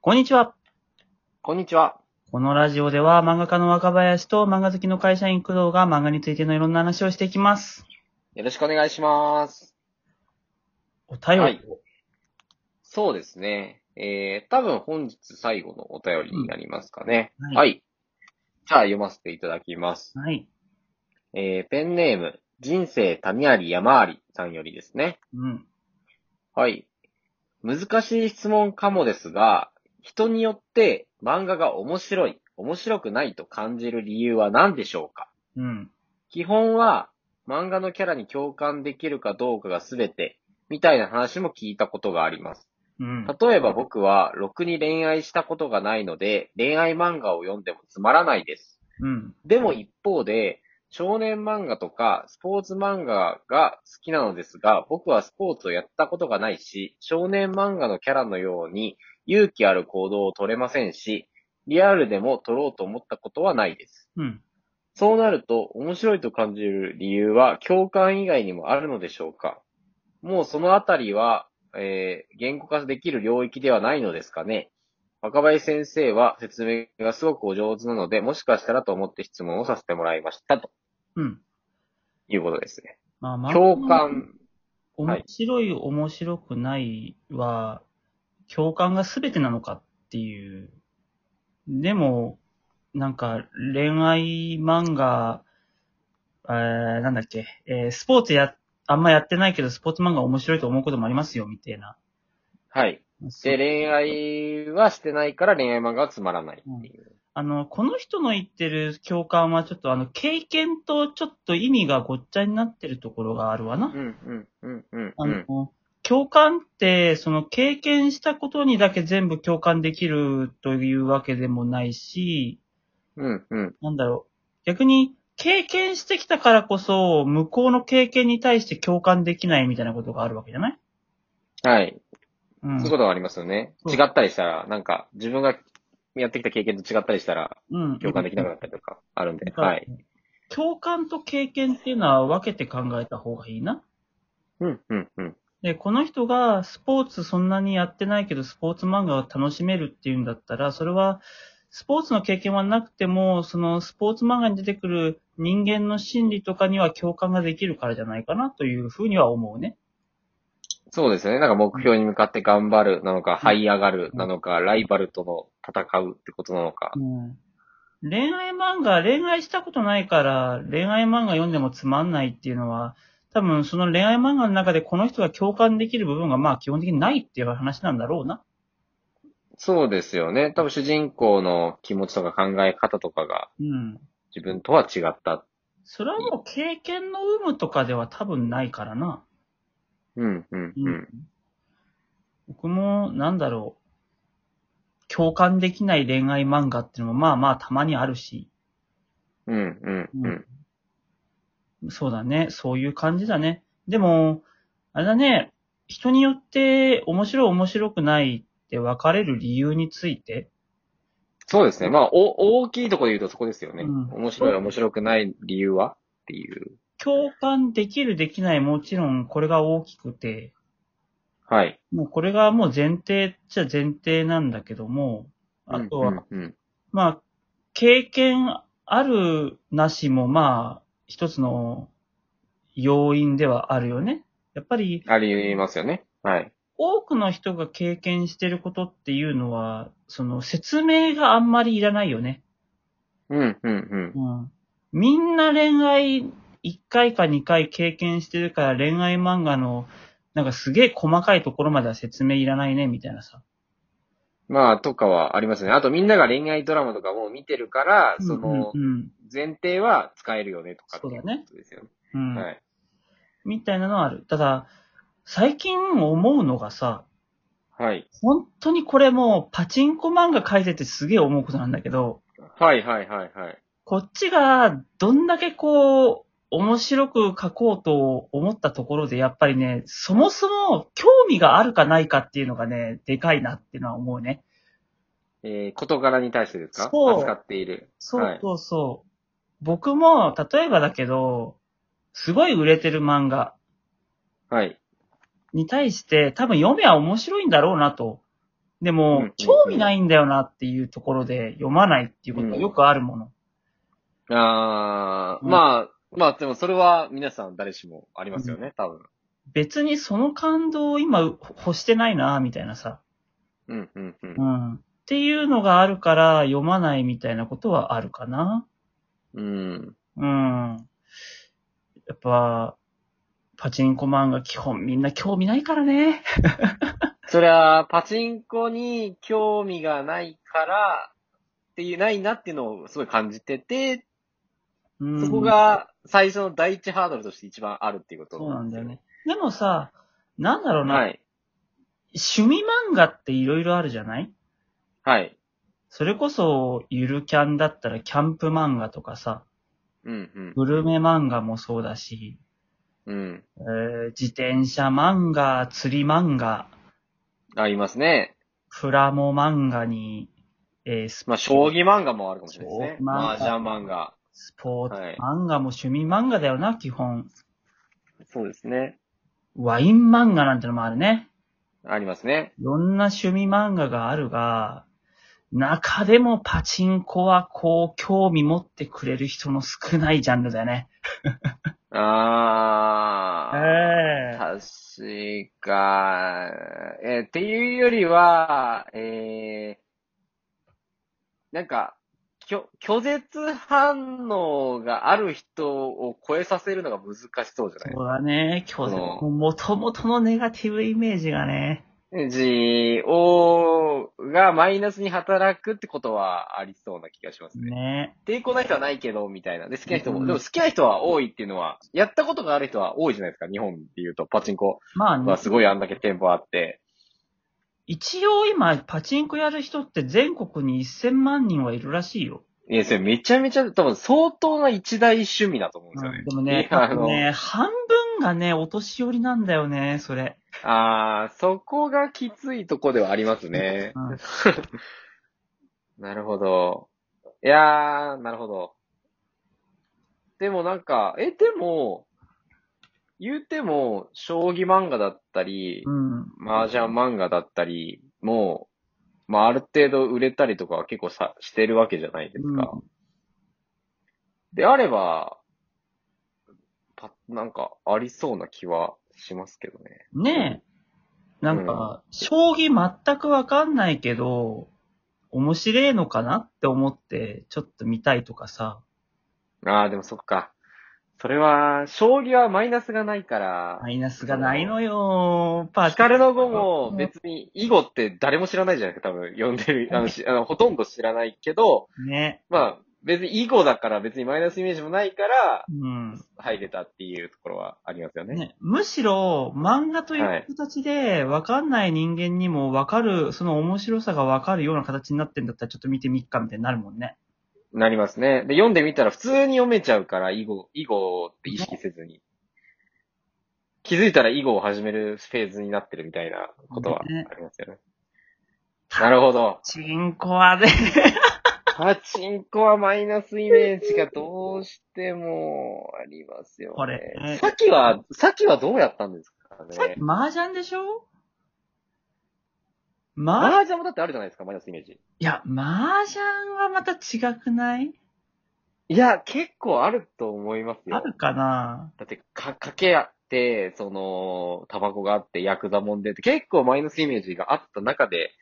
こんにちは。こんにちは。このラジオでは漫画家の若林と漫画好きの会社員工藤が漫画についてのいろんな話をしていきます。よろしくお願いします。お便りを、はいそうですね。えー、多分本日最後のお便りになりますかね。うんはいはい。じゃあ読ませていただきます。はい。えー、ペンネーム、人生谷あり山ありさんよりですね。うん。はい。難しい質問かもですが、人によって漫画が面白い、面白くないと感じる理由は何でしょうかうん。基本は漫画のキャラに共感できるかどうかが全て、みたいな話も聞いたことがあります。うん。例えば僕は、ろくに恋愛したことがないので、恋愛漫画を読んでもつまらないです。うん。でも一方で、少年漫画とかスポーツ漫画が好きなのですが、僕はスポーツをやったことがないし、少年漫画のキャラのように勇気ある行動を取れませんし、リアルでも取ろうと思ったことはないです。うん。そうなると、面白いと感じる理由は共感以外にもあるのでしょうかもうそのあたりは、えー言語化できる領域ではないのですかね若林先生は説明がすごくお上手なので、もしかしたらと思って質問をさせてもらいました、とうん。いうことですね。まあ、漫画共感。はい面白い、面白くないは、共感が全てなのかっていう。でも、なんか、恋愛漫画、えー、なんだっけ、えー、スポーツや、あんまやってないけど、スポーツ漫画面白いと思うこともありますよ、みたいな。はい。で、恋愛はしてないから恋愛漫画はつまらないっていう。あの、この人の言ってる共感は、ちょっとあの、経験とちょっと意味がごっちゃになってるところがあるわな。うん、うん、うん、うん、あうのん。、共感って、その経験したことにだけ全部共感できるというわけでもないし、うん、うん。なんだろう。逆に、経験してきたからこそ、向こうの経験に対して共感できないみたいなことがあるわけじゃないはい。うん。そういうことはありますよね。そう違ったりしたら、なんか、自分がやってきた経験と違ったりしたら、うん。共感できなくなったりとか、あるんでだ。からはい。共感と経験っていうのは分けて考えた方がいいな。うん、うん、うん。で、この人がスポーツそんなにやってないけど、スポーツ漫画を楽しめるっていうんだったら、それは、スポーツの経験はなくても、そのスポーツ漫画に出てくる人間の心理とかには共感ができるからじゃないかなというふうには思うね。そうですよね。なんか目標に向かって頑張るなのか、這い上がるなのか、ライバルとの戦うってことなのか。うん。恋愛漫画、恋愛したことないから、恋愛漫画読んでもつまんないっていうのは、多分その恋愛漫画の中でこの人が共感できる部分がまあ基本的にないっていう話なんだろうな。そうですよね。多分主人公の気持ちとか考え方とかがうん。自分とは違った。それはもう経験の有無とかでは多分ないからな。うん、うん、うん。僕も、なんだろう。共感できない恋愛漫画っていうのもまあまあたまにあるし。うん、うん、うん。そうだね。そういう感じだね。でも、あれだね。人によって面白い面白くないって分かれる理由について。そうですね。まあ、お、大きいところで言うとそこですよね。うん面白い、面白くない理由はっていう。共感できるできないもちろんこれが大きくて、はい。もうこれがもう前提っちゃ前提なんだけども、あとは、うんうんうんまあ、経験あるなしも、まあ、一つの要因ではあるよね。やっぱり、ありますよね。はい。多くの人が経験してることっていうのは、その説明があんまりいらないよね。うん、ううん、ん。みんな恋愛一回か二回経験してるから恋愛漫画の、なんかすげえ細かいところまでは説明いらないね、みたいなさ。うん。まあ、とかはありますね。あと、みんなが恋愛ドラマとかも見てるから、そのう、ん、うん。前提は使えるよね、とかっていそうだねことですよね。うん。はい。みたいなのはある。ただ、最近思うのがさ、はい。本当にこれもうパチンコ漫画書いててすげえ思うことなんだけど、はい、はい、はい、はい。こっちがどんだけこう、面白く書こうと思ったところで、やっぱりね、そもそも興味があるかないかっていうのがね、でかいなっていうのは思うね。えー、事柄に対してですかそう扱っている。そうはい。そうそう。僕も、例えばだけど、すごい売れてる漫画はい。に対して、多分読めば面白いんだろうなとでうんうんうもん、興味ないんだよなっていうところで読まないっていうことがよくあるもの。あー、うんまあ、まあでもそれは皆さん誰しもありますよね、多分。別にその感動を今欲してないな、みたいなさ。うん、うん、うんう。ん。っていうのがあるから読まないみたいなことはあるかな。うん。うん。やっぱ、パチンコ漫画基本みんな興味ないからね。そりゃ、パチンコに興味がないから、っていう、ないなっていうのをすごい感じてて、うん、そこが最初の第一ハードルとして一番あるっていうこと。そうなんだよね。。でもさ、なんだろうな、はい。趣味漫画っていろいろあるじゃないはい。それこそ、ゆるキャンだったらキャンプ漫画とかさ、うん、うん。グルメ漫画もそうだし、うん。えー自転車漫画、釣り漫画、ありますね。プラモ漫画に、えースまあ、将棋漫画もあるかもしれないで将。棋すね漫画マージャン漫画。スポーツはい漫画も趣味漫画だよな、基本。そうですね。ワイン漫画なんてのもあるね。ありますね。いろんな趣味漫画があるが、中でもパチンコはこう興味持ってくれる人の少ないジャンルだよね。あー。え確か、えーっていうよりは、えー、なんか、拒拒絶反応がある人を超えさせるのが難しそうじゃないそうだね、今日もう元々のネガティブイメージがね。 ?G O がマイナスに働くってことはありそうな気がしますね。ね。抵抗ない人はないけど、みたいな。で、好きな人うも。んでも好きな人は多いっていうのは、やったことがある人は多いじゃないですか、日本っていうと。パチンコまあねはすごいあんだけ店舗あって。一応今パチンコやる人って全国に1000万人はいるらしいよ。いや、それめちゃめちゃ、多分相当な一大趣味だと思うんですよね。でもね、いやあ多の分、ね、半分がね、お年寄りなんだよね、それ。あー、そこがきついとこではありますねう。んなるほど。いやー、なるほど。でもなんか、え、でも、言うても、将棋漫画だったり、うん。麻雀漫画だったりも、まあ、ある程度売れたりとかは結構さ、してるわけじゃないですか。であれば、パなんか、ありそうな気はしますけどね。ねえ。なんか、将棋全くわかんないけど、面白いのかなって思って、ちょっと見たいとかさ。ああ、でもそっか。それは、将棋はマイナスがないから、マイナスがないのよパヒカルの碁も別に、囲碁って誰も知らないじゃないですか、多分。読んでる、あの、しあのほとんど知らないけど、ね。まあ、別に囲碁だから別にマイナスイメージもないから、うん。入れたっていうところはありますよね。ね、むしろ、漫画という形で、わかんない人間にもわかる、その面白さがわかるような形になってんだったら、ちょっと見てみっかみたいになるもんね。なりますね。で、読んでみたら普通に読めちゃうから、囲碁、囲碁って意識せずに。気づいたら囲碁を始めるフェーズになってるみたいなことはあねりますよね。なるほど。チンコはね、パチンコはマイナスイメージがどうしてもありますよ、ね。これねさっきは、さっきはどうやったんですかさっねき。麻雀でしょま、麻雀もだってあるじゃないですか、マイナスイメージ。いや、麻雀はまた違くないいや、結構あると思いますよ。あるかなだって、か、かけあって、その、タバコがあって、ヤクザもんでって、結構マイナスイメージがあった中で、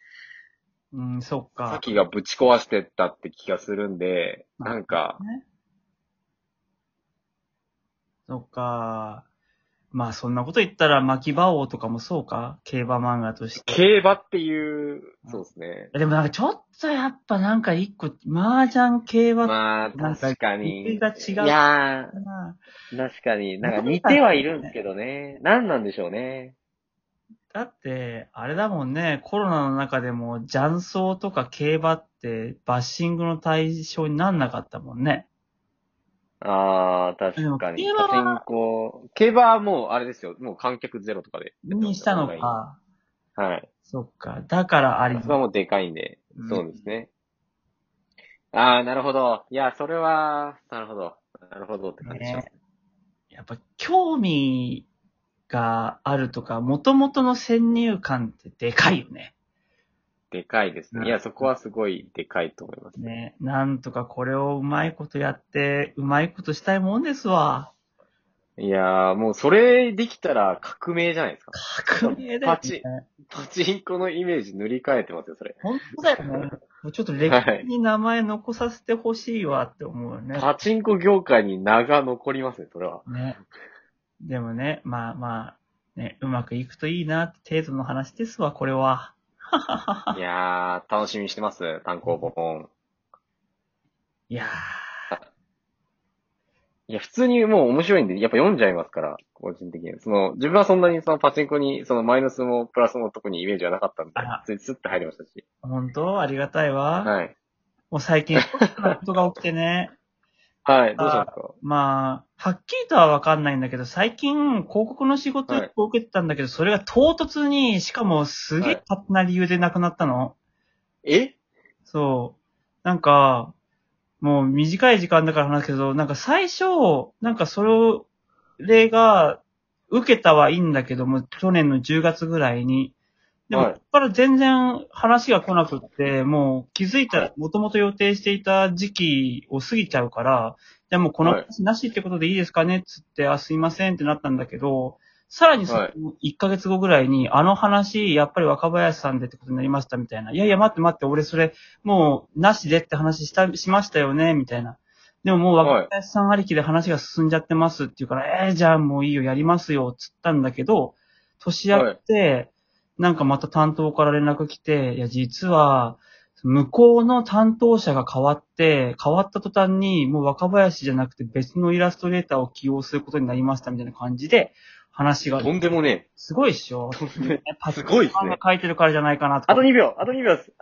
うん、そっさっか。きがぶち壊してったって気がするんで、なんか、ね。そっか。まあ、そんなこと言ったら、巻き場王とかもそうか競馬漫画として。競馬っていう、そうですね。でもなんかちょっとやっぱなんか一個、麻雀系は、まあ、なんか確かに。理由が違ういやなー、確かに。なんか似てはいるんですけ どね。何なんでしょうね。だって、あれだもんね、コロナの中でも雀荘とか競馬ってバッシングの対象になんなかったもんね。あー、確かに。でも競馬パはチンコ。競馬はもう、あれですよ。もう観客ゼロとかで。にしたの。か。はい。そっか。だからありそこはもうでかいんで。うんそうですね。ああ、なるほど。いや、それは、なるほど。なるほどって感じします。やっぱ興味があるとか、元々の先入観ってでかいよね。でかいですうね。んいや、そこはすごいでかいと思います。ね、なんとかこれをうまいことやって、うまいことしたいもんですわ。いやー、もうそれできたら革命じゃないですか。革命だよ、パチね。パチンコのイメージ塗り替えてますよ、それ。本当だよね。もうちょっと歴史に名前残させてほしいわって思うよね。パチンコ業界に名が残りますね、それは。ね。でもね、まあまあ、ね、うまくいくといいなって程度の話ですわ、これは。いやー、楽しみにしてます、単行本。いやいや、普通にもう面白いんで、やっぱ読んじゃいますから、個人的には。その、自分はそんなにそのパチンコに、そのマイナスもプラスも特にイメージはなかったんであら、普通にスッと入りましたし。ー、本当ありがたいわ。はい。もう最近、こんなことが起きて ね。はい、どうしたんですかまあ、はっきりとはわかんないんだけど、最近、広告の仕事をはい受けてたんだけど、それが唐突に、しかもすげえはい勝手な理由でなくなったの。えそう。なんか、もう短い時間だから話すけど、なんか最初、なんかそれを、例が、受けたはいいんだけども、去年の10月ぐらいに。でも、はいここから全然話が来なくって、もう気づいたら、もともと予定していた時期を過ぎちゃうから、じゃあもうこのはい話なしってことでいいですかねっつって、あ、すいませんってなったんだけど、さらにそのはい1ヶ月後ぐらいに、あの話、やっぱり若林さんでってことになりましたみたいな。いやいや、待って待って、俺それ、もう、なしでって話した、しましたよね、みたいな。でももう若林さんありきで話が進んじゃってますっていうから、えー、じゃあもういいよ、やりますよ、つったんだけど、年明けて、なんかまた担当から連絡来て、いや、実は、向こうの担当者が変わって、変わった途端に、もう若林じゃなくて別のイラストレーターを起用することになりましたみたいな感じで、話が、とんでもね すごいっしょ。え。とんでもねえ。パすごいっすねパソコンが書いてるからじゃないかなとかあと2秒あと2秒です。